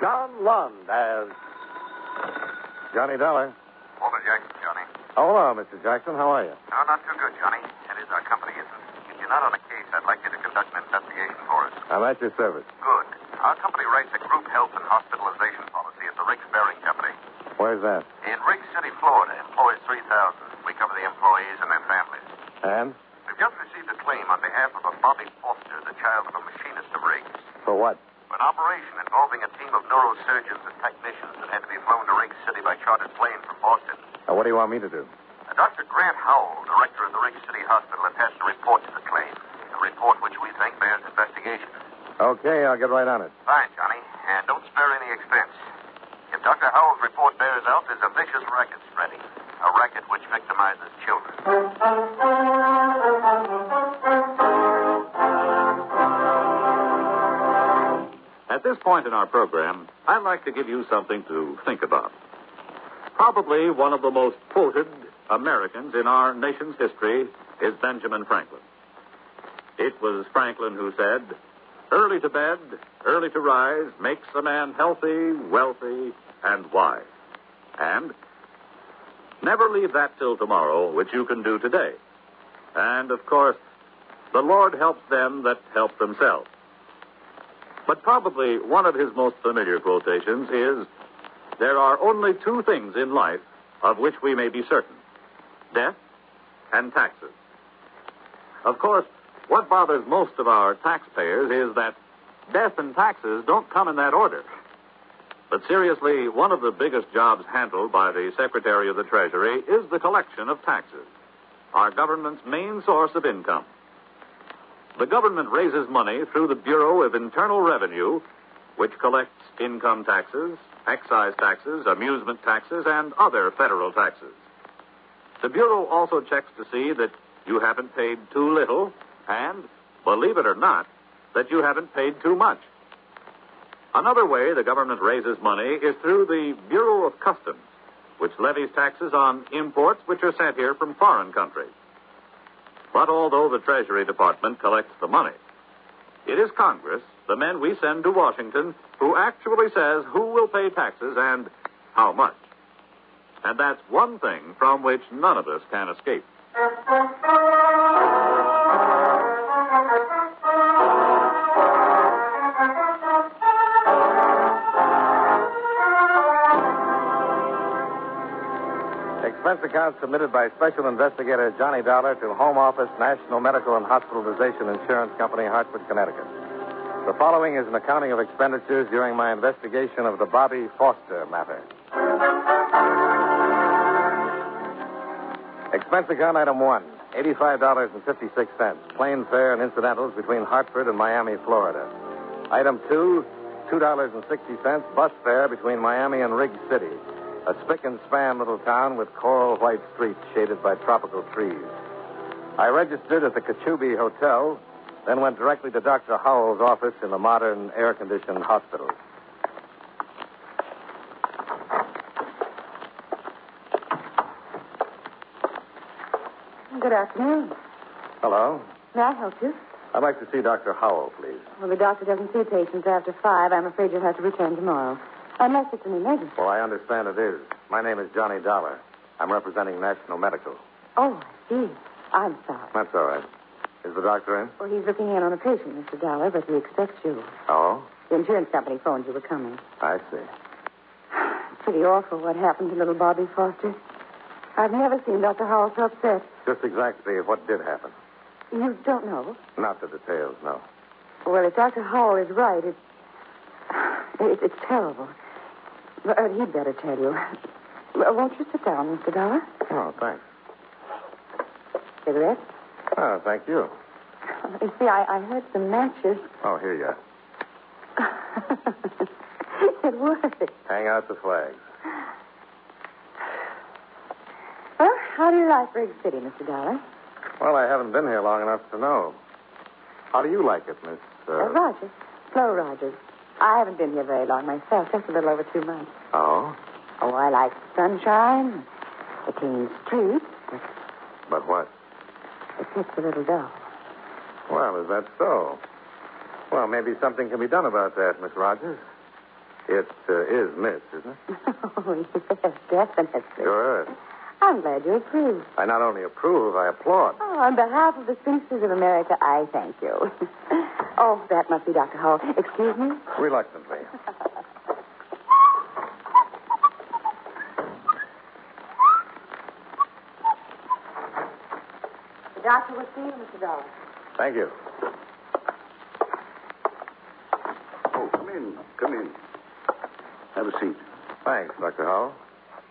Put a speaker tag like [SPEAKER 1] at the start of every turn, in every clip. [SPEAKER 1] John Lund as Johnny Dollar.
[SPEAKER 2] Walter Jackson, Johnny.
[SPEAKER 1] Oh, hello, Mr. Jackson. How are you?
[SPEAKER 2] Oh, not too good, Johnny. It is our company, isn't it? If you're not on a case, I'd like you to conduct an investigation for us.
[SPEAKER 1] I'm at your service.
[SPEAKER 2] Good. Our company writes a group health and hospitalization policy at the Riggs Bearing Company.
[SPEAKER 1] Where's that?
[SPEAKER 2] In Riggs City, Florida, employs 3,000. We cover the employees and their families.
[SPEAKER 1] And?
[SPEAKER 2] We've just received a claim on behalf of a Bobby Foster, the child of a machinist of Riggs,
[SPEAKER 1] For what?
[SPEAKER 2] for an operation involving a team of neurosurgeons and technicians that had to be flown to Riggs City by chartered plane from Boston.
[SPEAKER 1] Uh, what do you want me to do?
[SPEAKER 2] Uh, Dr. Grant Howell, director of the Riggs City Hospital, attached a report to the claim, a report which we think bears investigation.
[SPEAKER 1] Okay, I'll get right on it.
[SPEAKER 2] Fine, Johnny, and don't spare any expense. If Dr. Howell's report bears out, there's a vicious racket spreading, a racket which victimizes children.
[SPEAKER 3] At this point in our program, I'd like to give you something to think about. Probably one of the most quoted Americans in our nation's history is Benjamin Franklin. It was Franklin who said, Early to bed, early to rise makes a man healthy, wealthy, and wise. And never leave that till tomorrow, which you can do today. And of course, the Lord helps them that help themselves. But probably one of his most familiar quotations is There are only two things in life of which we may be certain death and taxes. Of course, what bothers most of our taxpayers is that death and taxes don't come in that order. But seriously, one of the biggest jobs handled by the Secretary of the Treasury is the collection of taxes, our government's main source of income. The government raises money through the Bureau of Internal Revenue, which collects income taxes, excise taxes, amusement taxes, and other federal taxes. The Bureau also checks to see that you haven't paid too little, and, believe it or not, that you haven't paid too much. Another way the government raises money is through the Bureau of Customs, which levies taxes on imports which are sent here from foreign countries. But although the Treasury Department collects the money, it is Congress, the men we send to Washington, who actually says who will pay taxes and how much. And that's one thing from which none of us can escape.
[SPEAKER 1] Expense account submitted by Special Investigator Johnny Dollar to Home Office National Medical and Hospitalization Insurance Company, Hartford, Connecticut. The following is an accounting of expenditures during my investigation of the Bobby Foster matter. Expense account item one, $85.56, plane fare and incidentals between Hartford and Miami, Florida. Item two, $2.60, bus fare between Miami and Riggs City, a spick and span little town with coral white streets shaded by tropical trees. I registered at the Kachubi Hotel, then went directly to Dr. Howell's office in the modern air conditioned hospital.
[SPEAKER 4] Good afternoon.
[SPEAKER 1] Hello?
[SPEAKER 4] May I help you?
[SPEAKER 1] I'd like to see Dr. Howell, please.
[SPEAKER 4] Well, the doctor doesn't see patients after five. I'm afraid you'll have to return tomorrow. Unless it's an emergency.
[SPEAKER 1] Well, I understand it is. My name is Johnny Dollar. I'm representing National Medical.
[SPEAKER 4] Oh, I see. I'm sorry.
[SPEAKER 1] That's all right. Is the doctor in?
[SPEAKER 4] Well, he's looking in on a patient, Mr. Dollar, but he expects you.
[SPEAKER 1] Oh,
[SPEAKER 4] The insurance company phoned you were coming.
[SPEAKER 1] I see.
[SPEAKER 4] It's pretty awful what happened to little Bobby Foster. I've never seen Dr. Howell so upset.
[SPEAKER 1] Just exactly what did happen.
[SPEAKER 4] You don't know?
[SPEAKER 1] Not the details, no.
[SPEAKER 4] Well, if Dr. Howell is right, it, it, it's terrible. But he'd better tell you. Well, Won't you sit down, Mr. Dollar?
[SPEAKER 1] Oh, thanks.
[SPEAKER 4] Cigarette?
[SPEAKER 1] Oh, thank you.
[SPEAKER 4] You see, I, I heard some matches.
[SPEAKER 1] Oh, here you are.
[SPEAKER 4] it worked.
[SPEAKER 1] Hang out the flags.
[SPEAKER 4] Well, how do you like Rig City, Mr. Dollar?
[SPEAKER 1] Well, I haven't been here long enough to know. How do you like it, Miss? Uh...
[SPEAKER 4] Uh, Rogers. Flo Rogers. I haven't been here very long myself, just a little over two months.
[SPEAKER 1] Oh,
[SPEAKER 4] Oh, I like the sunshine, the clean streets, but
[SPEAKER 1] but what?
[SPEAKER 4] it gets a little dull.
[SPEAKER 1] Well, is that so? Well, maybe something can be done about that, Miss Rogers. It uh, is Miss, isn't it?
[SPEAKER 4] Oh, yes, definitely.
[SPEAKER 1] Sure.
[SPEAKER 4] I'm glad you approve.
[SPEAKER 1] I not only approve, I applaud.
[SPEAKER 4] Oh, on behalf of the Spinsters of America, I thank you. oh, that must be Dr. Hall. Excuse me?
[SPEAKER 1] Reluctantly.
[SPEAKER 4] The doctor will see you, Mr. Dollar.
[SPEAKER 1] Thank you.
[SPEAKER 5] Oh, come in. Come in. Have a seat.
[SPEAKER 1] Thanks, Dr. Howell.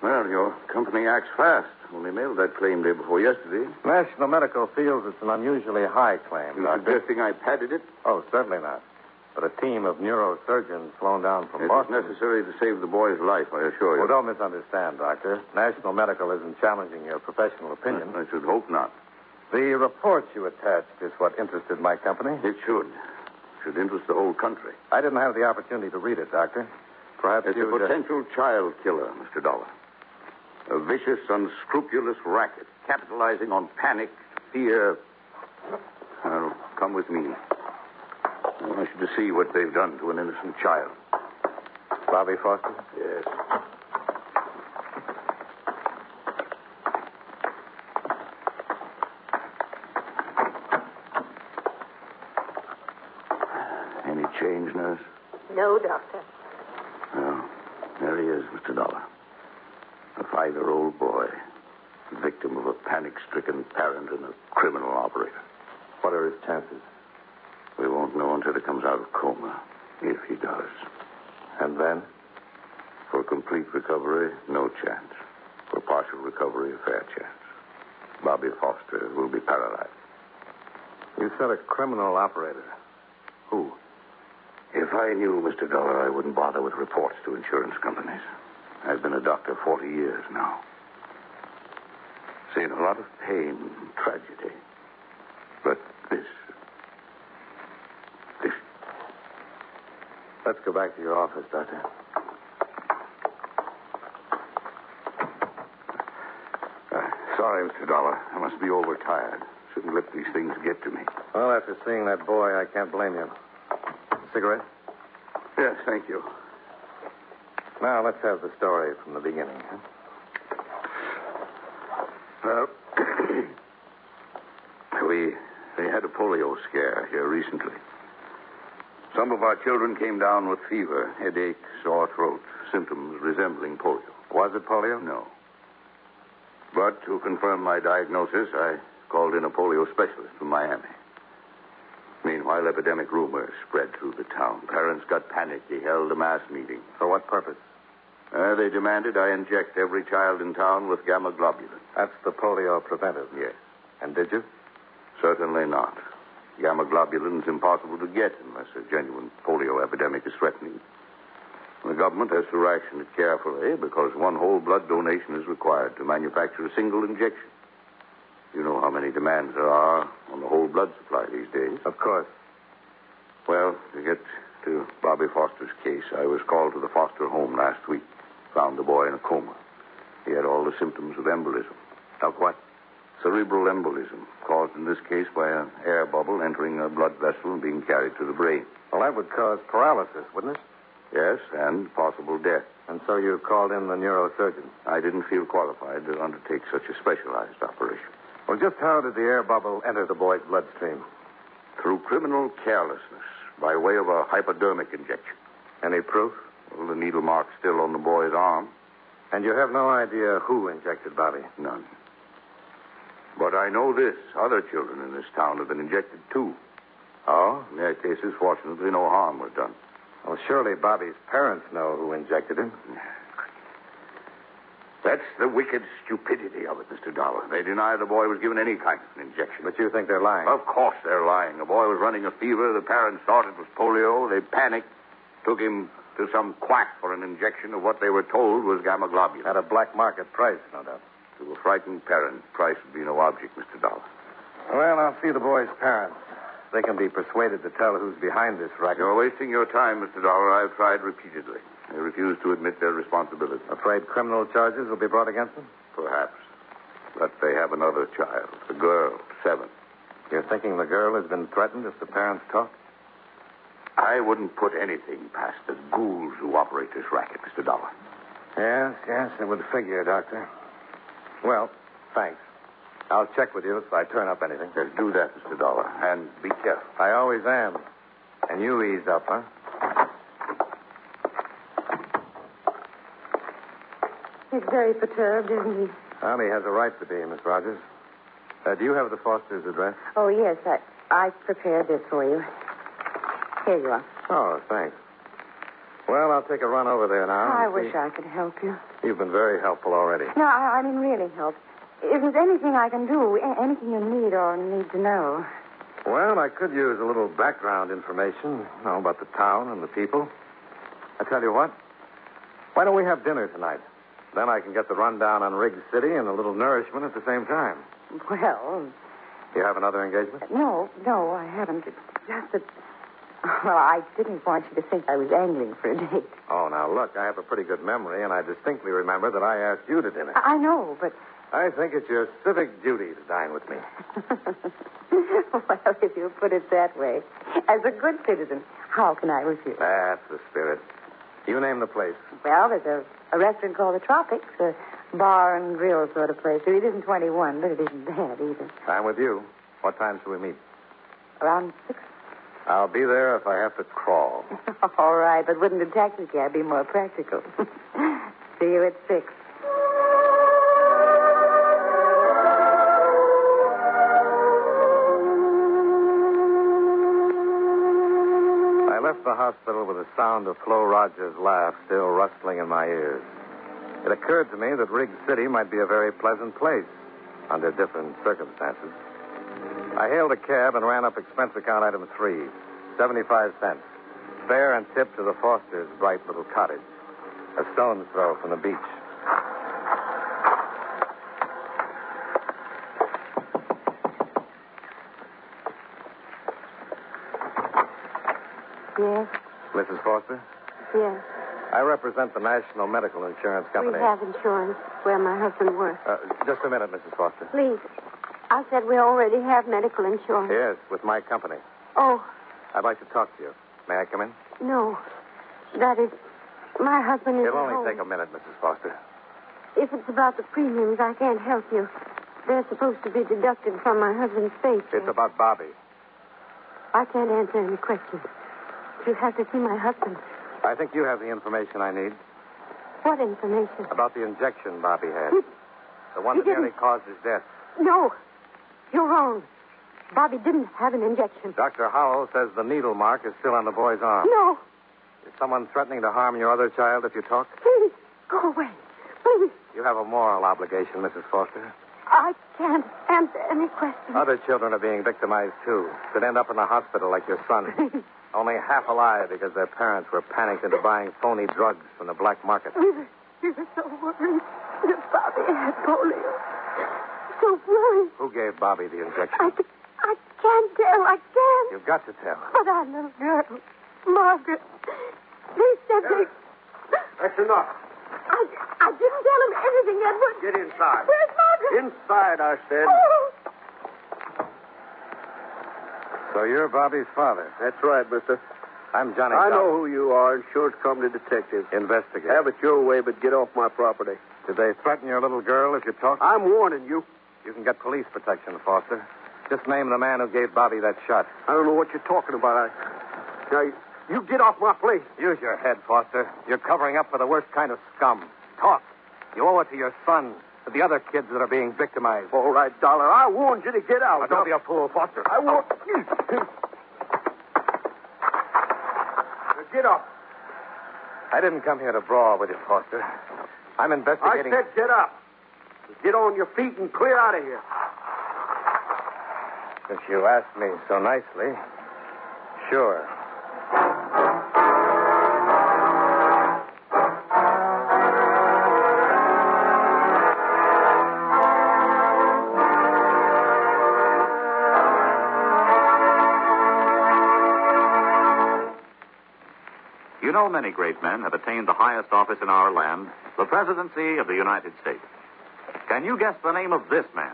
[SPEAKER 5] Well, your company acts fast. Only mailed that claim day before yesterday.
[SPEAKER 1] National Medical feels it's an unusually high claim,
[SPEAKER 5] You're
[SPEAKER 1] Doctor.
[SPEAKER 5] suggesting I padded it?
[SPEAKER 1] Oh, certainly not. But a team of neurosurgeons flown down from
[SPEAKER 5] It was
[SPEAKER 1] Boston.
[SPEAKER 5] necessary to save the boy's life, I assure you.
[SPEAKER 1] Well, don't misunderstand, Doctor. National Medical isn't challenging your professional opinion.
[SPEAKER 5] I should hope not.
[SPEAKER 1] The report you attached is what interested my company.
[SPEAKER 5] It should. Should interest the whole country.
[SPEAKER 1] I didn't have the opportunity to read it, Doctor. Perhaps uh,
[SPEAKER 5] It's
[SPEAKER 1] you
[SPEAKER 5] a potential child killer, Mr. Dollar. A vicious, unscrupulous racket, capitalizing on panic, fear. Well, come with me. I want you to see what they've done to an innocent child.
[SPEAKER 1] Bobby Foster.
[SPEAKER 5] Yes. Any change, nurse?
[SPEAKER 6] No, Doctor.
[SPEAKER 5] Well, there he is, Mr. Dollar. A five year old boy, victim of a panic stricken parent and a criminal operator.
[SPEAKER 1] What are his chances?
[SPEAKER 5] We won't know until he comes out of coma, if he does.
[SPEAKER 1] And then?
[SPEAKER 5] For complete recovery, no chance. For partial recovery, a fair chance. Bobby Foster will be paralyzed.
[SPEAKER 1] You said a criminal operator. Who?
[SPEAKER 5] If I knew, Mr. Dollar, I wouldn't bother with reports to insurance companies. I've been a doctor 40 years now. Seen a lot of pain and tragedy. But this. This.
[SPEAKER 1] Let's go back to your office, Doctor.
[SPEAKER 5] Uh, sorry, Mr. Dollar. I must be overtired. Shouldn't let these things get to me.
[SPEAKER 1] Well, after seeing that boy, I can't blame you. Cigarette?
[SPEAKER 5] Yes, thank you.
[SPEAKER 1] Now, let's have the story from the beginning. Huh?
[SPEAKER 2] Uh,
[SPEAKER 5] Well, we we had a polio scare here recently. Some of our children came down with fever, headache, sore throat, symptoms resembling polio. Was it polio? No. But to confirm my diagnosis, I called in a polio specialist from Miami. Meanwhile, epidemic rumors spread through the town. Parents got panicked. They held a mass meeting.
[SPEAKER 1] For what purpose?
[SPEAKER 5] Uh, they demanded I inject every child in town with gamma globulin.
[SPEAKER 1] That's the polio preventive.
[SPEAKER 5] Yes.
[SPEAKER 1] And did you?
[SPEAKER 5] Certainly not. Gamma globulin's impossible to get unless a genuine polio epidemic is threatening. The government has to ration it carefully because one whole blood donation is required to manufacture a single injection. You know how many demands there are on the whole blood supply these days.
[SPEAKER 1] Of course.
[SPEAKER 5] Well, to get to Bobby Foster's case, I was called to the Foster home last week. Found the boy in a coma. He had all the symptoms of embolism. Of what? Cerebral embolism, caused in this case by an air bubble entering a blood vessel and being carried to the brain.
[SPEAKER 1] Well, that would cause paralysis, wouldn't it?
[SPEAKER 5] Yes, and possible death.
[SPEAKER 1] And so you called in the neurosurgeon.
[SPEAKER 5] I didn't feel qualified to undertake such a specialized operation.
[SPEAKER 1] Well, just how did the air bubble enter the boy's bloodstream?
[SPEAKER 5] Through criminal carelessness, by way of a hypodermic injection.
[SPEAKER 1] Any proof?
[SPEAKER 5] Well, the needle mark still on the boy's arm.
[SPEAKER 1] And you have no idea who injected Bobby.
[SPEAKER 5] None. But I know this. Other children in this town have been injected, too.
[SPEAKER 1] Oh?
[SPEAKER 5] In their cases, fortunately, no harm was done.
[SPEAKER 1] Well, surely Bobby's parents know who injected him.
[SPEAKER 5] That's the wicked stupidity of it, Mr. Dollar. They deny the boy was given any kind of an injection.
[SPEAKER 1] But you think they're lying.
[SPEAKER 5] Of course they're lying. The boy was running a fever. The parents thought it was polio. They panicked, took him to some quack for an injection of what they were told was gamma globulin.
[SPEAKER 1] At a black market price, no doubt.
[SPEAKER 5] To a frightened parent, price would be no object, Mr. Dollar.
[SPEAKER 1] Well, I'll see the boy's parents. They can be persuaded to tell who's behind this racket.
[SPEAKER 5] You're wasting your time, Mr. Dollar. I've tried repeatedly. They refuse to admit their responsibility.
[SPEAKER 1] Afraid criminal charges will be brought against him?
[SPEAKER 5] Perhaps. But they have another child, a girl, seven.
[SPEAKER 1] You're thinking the girl has been threatened as the parents talk?
[SPEAKER 5] I wouldn't put anything past the ghouls who operate this racket, Mr. Dollar.
[SPEAKER 1] Yes, yes, it would figure, Doctor. Well, thanks. I'll check with you if I turn up anything.
[SPEAKER 5] Just do that, Mr. Dollar, and be careful.
[SPEAKER 1] I always am. And you ease up, huh?
[SPEAKER 4] He's very perturbed, isn't he?
[SPEAKER 1] Well, he has a right to be, Miss Rogers. Uh, do you have the Foster's address?
[SPEAKER 4] Oh, yes, I, I prepared this for you. Here you are.
[SPEAKER 1] Oh, thanks. Well, I'll take a run over there now.
[SPEAKER 4] I
[SPEAKER 1] and
[SPEAKER 4] wish
[SPEAKER 1] see-
[SPEAKER 4] I could help you.
[SPEAKER 1] You've been very helpful already.
[SPEAKER 4] No, I, I mean really help. If there's anything I can do, a- anything you need or need to know.
[SPEAKER 1] Well, I could use a little background information, you know, about the town and the people. I tell you what, why don't we have dinner tonight? Then I can get the rundown on Riggs City and a little nourishment at the same time.
[SPEAKER 4] Well,
[SPEAKER 1] You have another engagement?
[SPEAKER 4] no, no, I haven't. It's just that. Well, I didn't want you to think I was angling for a date.
[SPEAKER 1] Oh, now look, I have a pretty good memory, and I distinctly remember that I asked you to dinner.
[SPEAKER 4] I, I know, but.
[SPEAKER 1] I think it's your civic duty to dine with me.
[SPEAKER 4] well, if you put it that way, as a good citizen, how can I refuse?
[SPEAKER 1] That's the spirit. You name the place.
[SPEAKER 4] Well, there's a, a restaurant called the Tropics, a bar and grill sort of place. It isn't 21, but it isn't bad either.
[SPEAKER 1] I'm with you. What time shall we meet?
[SPEAKER 4] Around six.
[SPEAKER 1] I'll be there if I have to crawl.
[SPEAKER 4] All right, but wouldn't a taxi cab be more practical? See you at six.
[SPEAKER 1] I left the hospital with the sound of Flo Rogers' laugh still rustling in my ears. It occurred to me that Riggs City might be a very pleasant place under different circumstances. I hailed a cab and ran up expense account item three, 75 cents, fare and tip to the Fosters' bright little cottage, a stone's throw from the beach.
[SPEAKER 4] Yes,
[SPEAKER 1] Mrs. Foster,
[SPEAKER 6] Yes,
[SPEAKER 1] I represent the National Medical Insurance Company.
[SPEAKER 6] we have insurance where my husband works.
[SPEAKER 1] Uh, just a minute, Mrs. Foster.
[SPEAKER 6] Please, I said we already have medical insurance.
[SPEAKER 1] Yes, with my company.
[SPEAKER 6] Oh,
[SPEAKER 1] I'd like to talk to you. May I come in?
[SPEAKER 6] no. That is, my husband is
[SPEAKER 1] It'll only
[SPEAKER 6] home.
[SPEAKER 1] take a minute, Mrs. Foster.
[SPEAKER 6] If it's about the premiums, I can't help you. They're supposed to be deducted from my husband's paycheck.
[SPEAKER 1] It's about Bobby.
[SPEAKER 6] I can't answer any questions. You have to see my husband.
[SPEAKER 1] I think you have the information I need
[SPEAKER 6] What information?
[SPEAKER 1] about the injection Bobby had.
[SPEAKER 6] He-
[SPEAKER 1] The one
[SPEAKER 6] he
[SPEAKER 1] that nearly
[SPEAKER 6] didn't-
[SPEAKER 1] caused his death.
[SPEAKER 6] No, you're wrong. Bobby didn't have an injection.
[SPEAKER 1] Dr. Howell says the needle mark is still on the boy's arm.
[SPEAKER 6] No,
[SPEAKER 1] Is someone threatening to harm your other child if you talk?
[SPEAKER 6] please, go away. Please,
[SPEAKER 1] You have a moral obligation, Mrs. Foster.
[SPEAKER 6] I can't answer any questions.
[SPEAKER 1] Other children are being victimized, too. Could end up in a hospital like your son.
[SPEAKER 6] Please.
[SPEAKER 1] Only half alive because their parents were panicked into buying phony drugs from the black market.
[SPEAKER 6] We were, we were so worried that Bobby had polio. So worried.
[SPEAKER 1] Who gave Bobby the
[SPEAKER 6] I,
[SPEAKER 1] injection?
[SPEAKER 6] ca- I can't tell. I can't.
[SPEAKER 1] You've got to tell.
[SPEAKER 6] But our little girl, Margaret, they said they.
[SPEAKER 1] That's enough.
[SPEAKER 6] I, I didn't tell him anything, Edward.
[SPEAKER 1] Get inside.
[SPEAKER 6] Where's Margaret?
[SPEAKER 1] Inside, I said.
[SPEAKER 6] Oh,
[SPEAKER 1] So you're Bobby's father.
[SPEAKER 5] That's right, mister.
[SPEAKER 1] I'm Johnny.
[SPEAKER 5] who you are, insurance company detective.
[SPEAKER 1] Investigate.
[SPEAKER 5] it your way, but get off my property.
[SPEAKER 1] Did they threaten your little girl if you talk?
[SPEAKER 5] I'm warning you.
[SPEAKER 1] You can get police protection, Foster. Just name the man who gave Bobby that shot.
[SPEAKER 5] I don't know what you're talking about. I... Now, you, you get off my place.
[SPEAKER 1] Use your head, Foster. You're covering up for the worst kind of scum. Talk. You owe it to your son, to the other kids that are being victimized.
[SPEAKER 5] All right, Dollar. I warned you to get out.
[SPEAKER 1] Now, don't be a fool, Foster.
[SPEAKER 5] I won't. Get up.
[SPEAKER 1] I didn't come here to brawl with you, Foster. I'm
[SPEAKER 5] I
[SPEAKER 1] investigating.
[SPEAKER 5] said get up. Get on your feet and clear out of here.
[SPEAKER 1] Since you asked me so nicely, sure.
[SPEAKER 3] You know, many great men have attained the highest office in our land, the presidency of the United States. Can you guess the name of this man?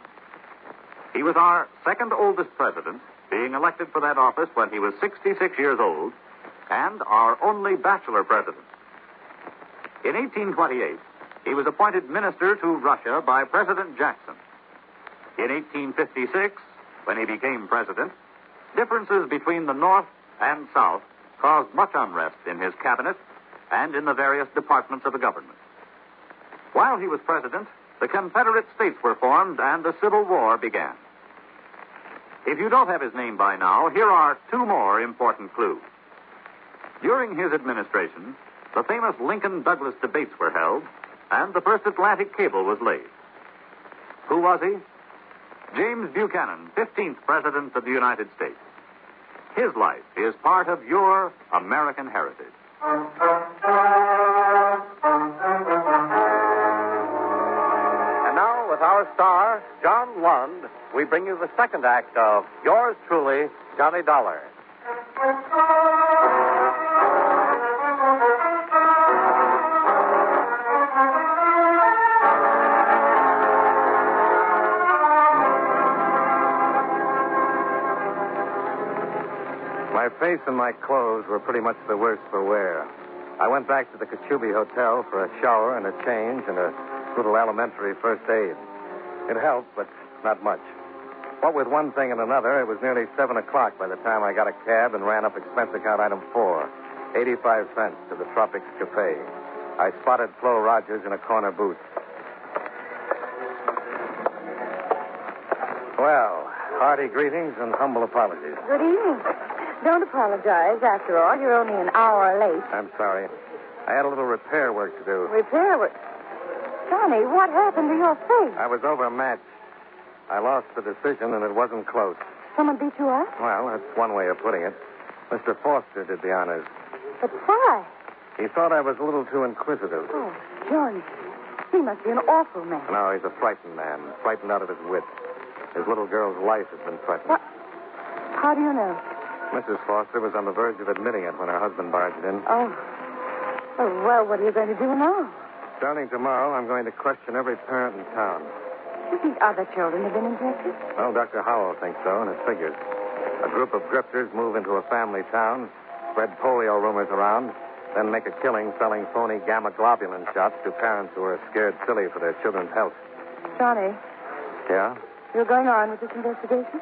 [SPEAKER 3] He was our second oldest president, being elected for that office when he was 66 years old, and our only bachelor president. In 1828, he was appointed minister to Russia by President Jackson. In 1856, when he became president, differences between the North and South caused much unrest in his cabinet and in the various departments of the government. While he was president, the Confederate States were formed and the Civil War began. If you don't have his name by now, here are two more important clues. During his administration, the famous Lincoln Douglas debates were held, and the first Atlantic cable was laid. Who was he? James Buchanan, 15th President of the United States. His life is part of your American heritage.
[SPEAKER 1] And now, with our star, John Lund, we bring you the second act of Yours Truly, Johnny Dollar. My face and my clothes were pretty much the worse for wear. I went back to the Kashubie Hotel for a shower and a change and a little elementary first aid. It helped, but not much. What with one thing and another, it was nearly 7 o'clock by the time I got a cab and ran up expense account item 4, 85 cents to the Tropics Cafe. I spotted Flo Rogers in a corner booth. Well, hearty greetings and humble apologies.
[SPEAKER 4] Good evening. Don't apologize. After all, you're only an hour late.
[SPEAKER 1] I'm sorry. I had a little repair work to do.
[SPEAKER 4] Repair was. Johnny, what happened to your face?
[SPEAKER 1] I was overmatched. I lost the decision, and it wasn't close.
[SPEAKER 4] Someone beat you up?
[SPEAKER 1] Well, that's one way of putting it. Mr. Foster did the honors.
[SPEAKER 4] But why?
[SPEAKER 1] He thought I was a little too inquisitive.
[SPEAKER 4] Oh, Johnny, he must be an awful man.
[SPEAKER 1] No, he's a frightened man, frightened out of his wits. His little girl's life has been threatened.
[SPEAKER 4] What? How do you know?
[SPEAKER 1] Mrs. Foster was on the verge of admitting it when her husband barged in.
[SPEAKER 4] Oh. oh well, what are you going to do now?
[SPEAKER 1] Starting tomorrow, I'm going to question every parent in town.
[SPEAKER 4] You think other children have been injected?
[SPEAKER 1] Well, Dr. Howell thinks so, and it figures. A group of grifters move into a family town, spread polio rumors around, then make a killing selling phony gamma globulin shots to parents who are scared silly for their children's health.
[SPEAKER 4] Johnny,
[SPEAKER 1] Yeah?
[SPEAKER 4] you're going on with this investigation?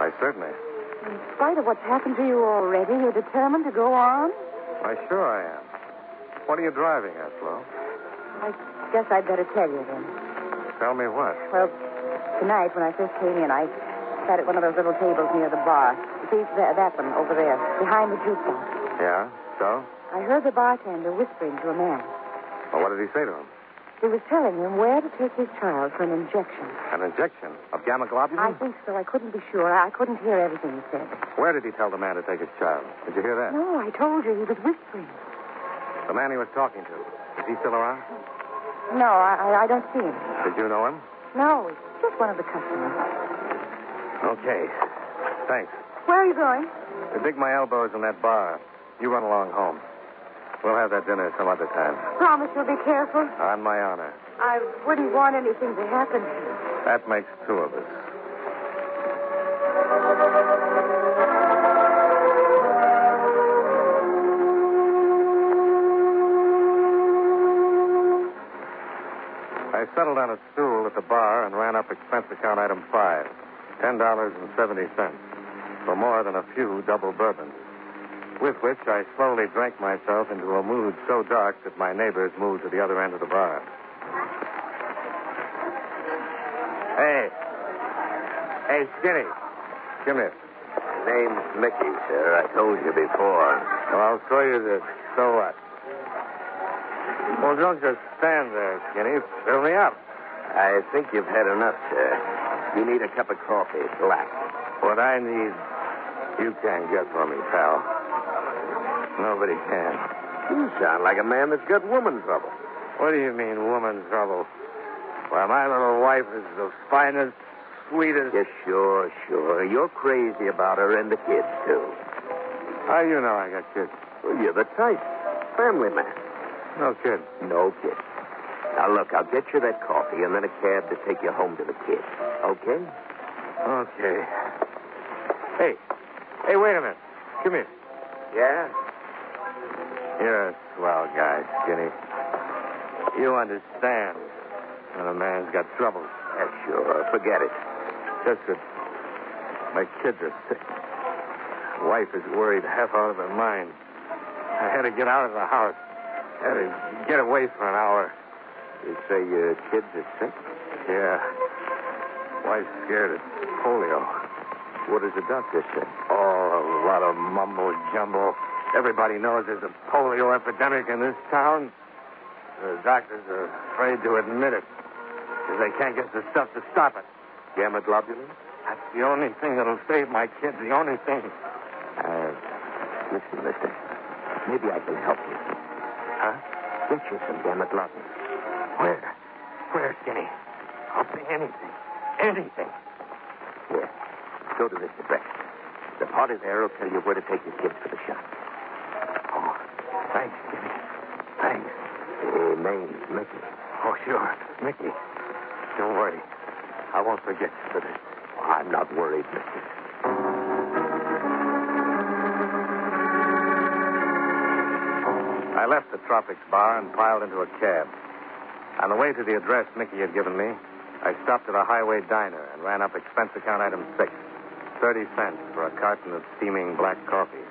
[SPEAKER 1] I certainly.
[SPEAKER 4] In spite of what's happened to you already, you're determined to go on?
[SPEAKER 1] Why, sure I am. What are you driving at, Flo?
[SPEAKER 4] I guess I'd better tell you then.
[SPEAKER 1] Tell me what.
[SPEAKER 4] Well, tonight when I first came in, I sat at one of those little tables near the bar. See, that, that one over there, behind the jukebox.
[SPEAKER 1] Yeah? So?
[SPEAKER 4] I heard the bartender whispering to a man.
[SPEAKER 1] Well, what did he say to him?
[SPEAKER 4] He was telling him where to take his child for an injection.
[SPEAKER 1] An injection of gamma globulin?
[SPEAKER 4] I think so. I couldn't be sure. I I couldn't hear everything he said.
[SPEAKER 1] Where did he tell the man to take his child? Did you hear that?
[SPEAKER 4] No, I told you he was whispering.
[SPEAKER 1] The man he was talking to. Is he still around?
[SPEAKER 4] No, I, I, I don't see him.
[SPEAKER 1] Did you know him?
[SPEAKER 4] No, it's just one of the customers.
[SPEAKER 1] Okay. Thanks.
[SPEAKER 4] Where are you going?
[SPEAKER 1] I dig my elbows in that bar. You run along home. We'll have that dinner some other time.
[SPEAKER 6] Promise you'll be careful.
[SPEAKER 1] On my honor.
[SPEAKER 6] I wouldn't want anything to happen to you.
[SPEAKER 1] That makes two of us. I settled on a stool at the bar and ran up expense account item five, ten dollars and seventy cents, for more than a few double bourbons. With which I slowly drank myself into a mood so dark that my neighbors moved to the other end of the bar. Hey. Hey, Skinny. Come here.
[SPEAKER 2] Name's Mickey, sir. I told you before.
[SPEAKER 1] Well, I'll show you this. So what? Well, don't just stand there, Skinny. Fill me up.
[SPEAKER 2] I think you've had enough, sir. You need a cup of coffee, black.
[SPEAKER 1] What I need, you can't get for me, pal. Nobody can.
[SPEAKER 2] You sound like a man that's got woman trouble.
[SPEAKER 1] What do you mean, woman trouble? Well, my little wife is the finest, sweetest.
[SPEAKER 2] Yes, sure, sure. You're crazy about her and the kids, too.
[SPEAKER 1] How do Ah, you know I got kids?
[SPEAKER 2] Well, you're the type. Family man.
[SPEAKER 1] No kid.
[SPEAKER 2] No kids. Now, look, I'll get you that coffee and then a cab to take you home to the kids. Okay?
[SPEAKER 1] Okay. Hey. Hey, wait a minute. Come here.
[SPEAKER 2] Yeah?
[SPEAKER 1] You're a swell guy, Skinny. You understand when a man's got troubles.
[SPEAKER 5] Yeah, sure. Forget it.
[SPEAKER 1] Just that my kids are sick. Wife is worried half out of her mind. I had to get out of the house. Had to get away for an hour.
[SPEAKER 5] You say your kids are sick?
[SPEAKER 1] Yeah. Wife's scared of polio.
[SPEAKER 5] What does the doctor say?
[SPEAKER 1] Oh, a lot of mumbo jumbo. Everybody knows there's a polio epidemic in this town. The doctors are afraid to admit it because they can't get the stuff to stop it.
[SPEAKER 5] Gamma globulin?
[SPEAKER 1] That's the only thing that'll save my kids. The only thing.
[SPEAKER 5] Uh, listen, mister. Maybe I can help you.
[SPEAKER 1] Huh?
[SPEAKER 5] Get you some gamma globulin.
[SPEAKER 1] Where? Where, Skinny? I'll pay anything. Anything.
[SPEAKER 5] Here. Go to Mr. Breck. The pot is there. will tell you where to take your kids for the shot.
[SPEAKER 1] Oh, thanks, Skinny. Thanks.
[SPEAKER 5] Hey, name, Mickey.
[SPEAKER 1] Oh, sure. Mickey. Don't worry. I won't forget you for this.
[SPEAKER 5] I'm not worried, mister.
[SPEAKER 1] I left the Tropics bar and piled into a cab. On the way to the address Mickey had given me, I stopped at a highway diner and ran up expense account item six, thirty cents for a carton of steaming black coffee.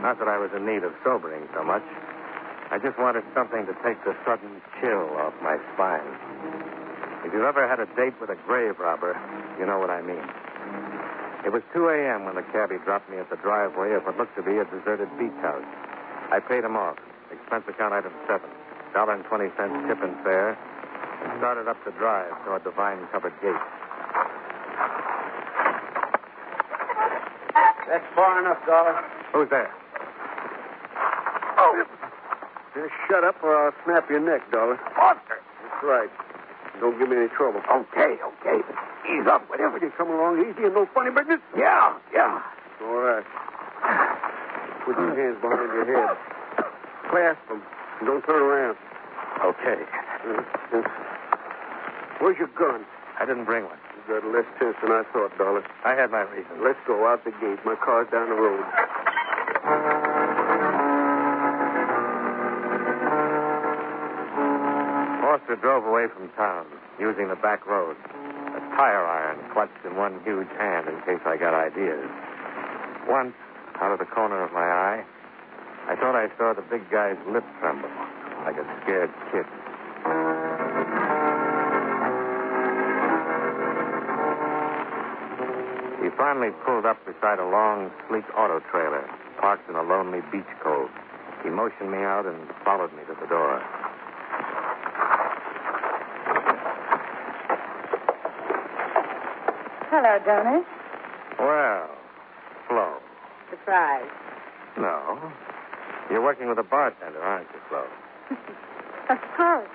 [SPEAKER 1] Not that I was in need of sobering so much. I just wanted something to take the sudden chill off my spine. If you've ever had a date with a grave robber, you know what I mean. It was 2 a.m. when the cabbie dropped me at the driveway of what looked to be a deserted beach house. I paid him off. Expense account item seven. Dollar and twenty cents tip and fare. And started up the drive toward the vine covered gate.
[SPEAKER 7] That's far enough, Dollar.
[SPEAKER 1] Who's there?
[SPEAKER 7] Oh.
[SPEAKER 5] Just shut up or I'll snap your neck, Dollar.
[SPEAKER 7] Monster.
[SPEAKER 5] That's right. Don't give me any trouble.
[SPEAKER 7] Okay, okay. Ease up, whatever.
[SPEAKER 5] You come along easy and no funny business.
[SPEAKER 7] Yeah, yeah.
[SPEAKER 5] All right. Put your hands behind your head. Clasp them. And don't turn around. Uh,
[SPEAKER 1] Okay.
[SPEAKER 5] Where's your gun?
[SPEAKER 1] I didn't bring one.
[SPEAKER 5] You got less sense than I thought, Dollar.
[SPEAKER 1] I had my reasons.
[SPEAKER 5] Let's go out the gate. My car's down the road.
[SPEAKER 1] Foster drove away from town, using the back road. A tire iron clutched in one huge hand in case I got ideas. Once, out of the corner of my eye, I thought I saw the big guy's lip tremble, like a scared kid. He finally pulled up beside a long, sleek auto trailer parked in a lonely beach cove. He motioned me out and followed me to the door.
[SPEAKER 4] Hello, Jonas.
[SPEAKER 1] Well, Flo.
[SPEAKER 4] Surprise.
[SPEAKER 1] No. You're working with a bartender, aren't you, Flo?
[SPEAKER 6] Of course.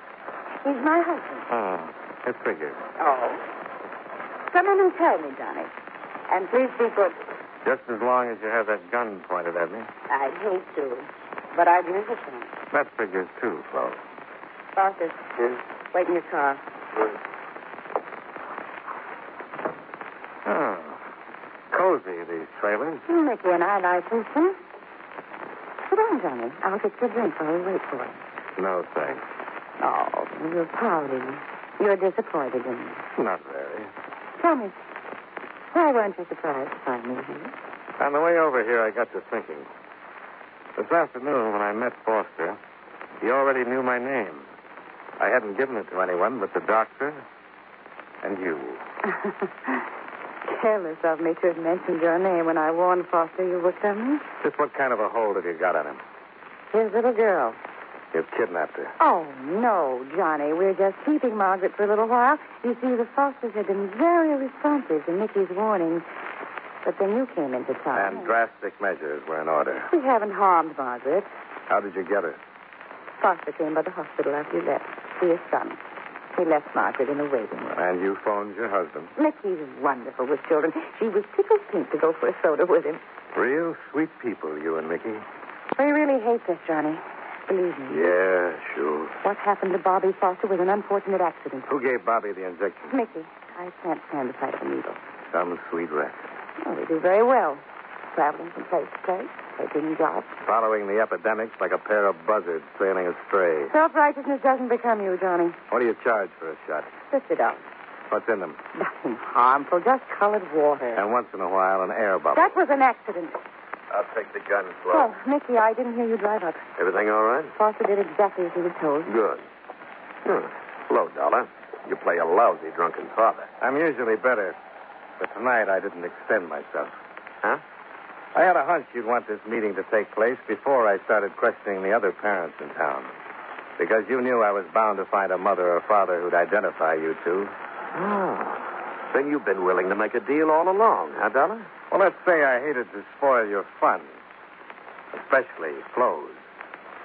[SPEAKER 6] He's my husband.
[SPEAKER 1] Hmm. It figures.
[SPEAKER 4] Oh. Come in and tell me, Johnny. And please be good.
[SPEAKER 1] Just as long as you have that gun pointed at me.
[SPEAKER 4] I hate to, but I do understand.
[SPEAKER 1] That figures too, Flo.
[SPEAKER 4] Foster, wait in your car.
[SPEAKER 1] Oh. Cozy, these trailers.
[SPEAKER 4] Mickey and I like this, huh? Sit down, Johnny. I'll get you a drink while we wait for him.
[SPEAKER 1] No, thanks.
[SPEAKER 4] Oh, you're proud of me. You're disappointed in me.
[SPEAKER 1] Not very.
[SPEAKER 4] Tell me, why weren't you surprised to find me here?
[SPEAKER 1] On the way over here, I got to thinking. This afternoon, when I met Foster, he already knew my name. I hadn't given it to anyone but the doctor and you.
[SPEAKER 4] Careless of me to have mentioned your name when I warned Foster you were coming.
[SPEAKER 1] Just what kind of a hold have you got on him?
[SPEAKER 4] His little girl.
[SPEAKER 1] You've kidnapped her.
[SPEAKER 4] Oh, no, Johnny. We're just keeping Margaret for a little while. You see, the Fosters had been very responsive to Mickey's warnings. But then you came into town.
[SPEAKER 1] And drastic measures were in order.
[SPEAKER 4] We haven't harmed Margaret.
[SPEAKER 1] How did you get her?
[SPEAKER 4] Foster came by the hospital after you left. See his son. He left Margaret in a waiting room.
[SPEAKER 1] And you phoned your husband.
[SPEAKER 4] Mickey's wonderful with children. She was tickled pink to go for a soda with him.
[SPEAKER 1] Real sweet people, you and Mickey.
[SPEAKER 4] We really hate this, Johnny. Believe me.
[SPEAKER 1] Yeah, sure.
[SPEAKER 4] What happened to Bobby Foster was an unfortunate accident.
[SPEAKER 1] Who gave Bobby the injection?
[SPEAKER 4] Mickey, I can't stand the sight of a needle.
[SPEAKER 1] Some sweet rat.
[SPEAKER 4] Oh, we do very well. traveling from place to place, taking jobs.
[SPEAKER 1] following the epidemics like a pair of buzzards sailing astray.
[SPEAKER 4] Self righteousness doesn't become you, Johnny.
[SPEAKER 1] What do you charge for a shot?
[SPEAKER 4] Fifty dollars.
[SPEAKER 1] What's in them?
[SPEAKER 4] Nothing harmful, just colored water.
[SPEAKER 1] And once in a while, an air bubble.
[SPEAKER 4] That was an accident.
[SPEAKER 1] I'll take the gun
[SPEAKER 4] Oh, Mickey, I didn't hear you drive up.
[SPEAKER 1] Everything all right?
[SPEAKER 4] Foster did exactly as he was told.
[SPEAKER 1] Good. Hmm.
[SPEAKER 2] Low dollar. You play a lousy drunken father.
[SPEAKER 1] I'm usually better, but tonight I didn't extend myself.
[SPEAKER 2] Huh?
[SPEAKER 1] I had a hunch you'd want this meeting to take place before I started questioning the other parents in town. Because you knew I was bound to find a mother or father who'd identify you two.
[SPEAKER 2] Ah. Then you've been willing to make a deal all along, huh, Dollar?
[SPEAKER 1] Well, let's say I hated to spoil your fun, especially Flo's.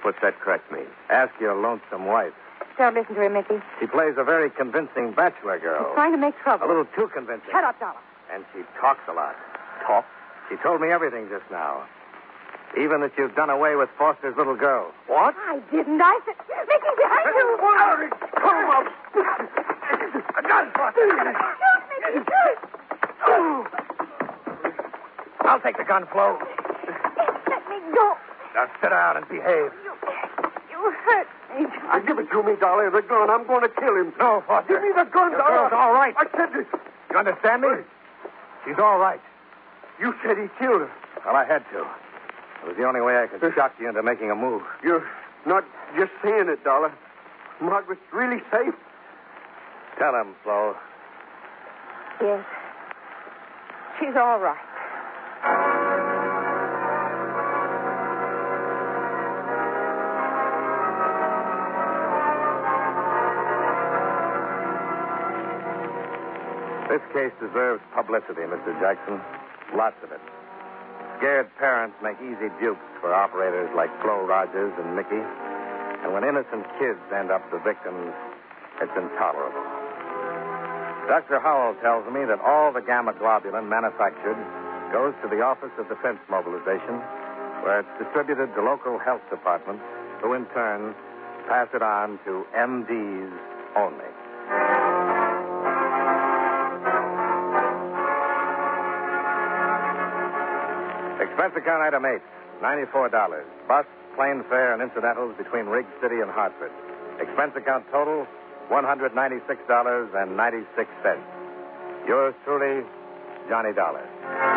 [SPEAKER 2] What's that correct mean?
[SPEAKER 1] Ask your lonesome wife.
[SPEAKER 4] Don't listen to him, Mickey.
[SPEAKER 1] She plays a very convincing bachelor
[SPEAKER 4] He's
[SPEAKER 1] girl.
[SPEAKER 4] trying to make
[SPEAKER 1] A
[SPEAKER 4] trouble.
[SPEAKER 1] little too convincing.
[SPEAKER 4] Shut up, Dollar.
[SPEAKER 1] And she talks a lot. Talk? She told me everything just now. Even that you've done away with Foster's little girl.
[SPEAKER 4] What? I didn't. I said, Mickey, behind you.
[SPEAKER 7] A gun, Foster.
[SPEAKER 4] Shoot, Mickey, shoot.
[SPEAKER 1] I'll take the gun, Flo.
[SPEAKER 6] Let me go.
[SPEAKER 1] Now sit down and behave.
[SPEAKER 6] You hurt me.
[SPEAKER 2] I give it to me, Dollar. The gun. I'm going to kill him.
[SPEAKER 1] No, Foster.
[SPEAKER 2] Give me the gun,
[SPEAKER 1] Your
[SPEAKER 2] Dollar.
[SPEAKER 1] girl's all right.
[SPEAKER 2] I said this.
[SPEAKER 1] You understand me? She's all right.
[SPEAKER 2] You said he killed her.
[SPEAKER 1] Well, I had to. It was the only way I could shock you into making a move.
[SPEAKER 2] You're not just saying it, Dollar. Margaret's really safe.
[SPEAKER 1] Tell him, Flo.
[SPEAKER 6] Yes. She's all right.
[SPEAKER 1] This case deserves publicity, Mr. Jackson. Lots of it. Scared parents make easy dupes for operators like Flo Rogers and Mickey. And when innocent kids end up the victims, it's intolerable. Dr. Howell tells me that all the gamma globulin manufactured goes to the Office of Defense Mobilization, where it's distributed to local health departments, who in turn pass it on to MDs only. Expense account item eight, ninety-four dollars. Bus, plane fare, and incidentals between Rig City and Hartford. Expense account total, one hundred ninety-six dollars and ninety-six cents. Yours truly, Johnny Dollar.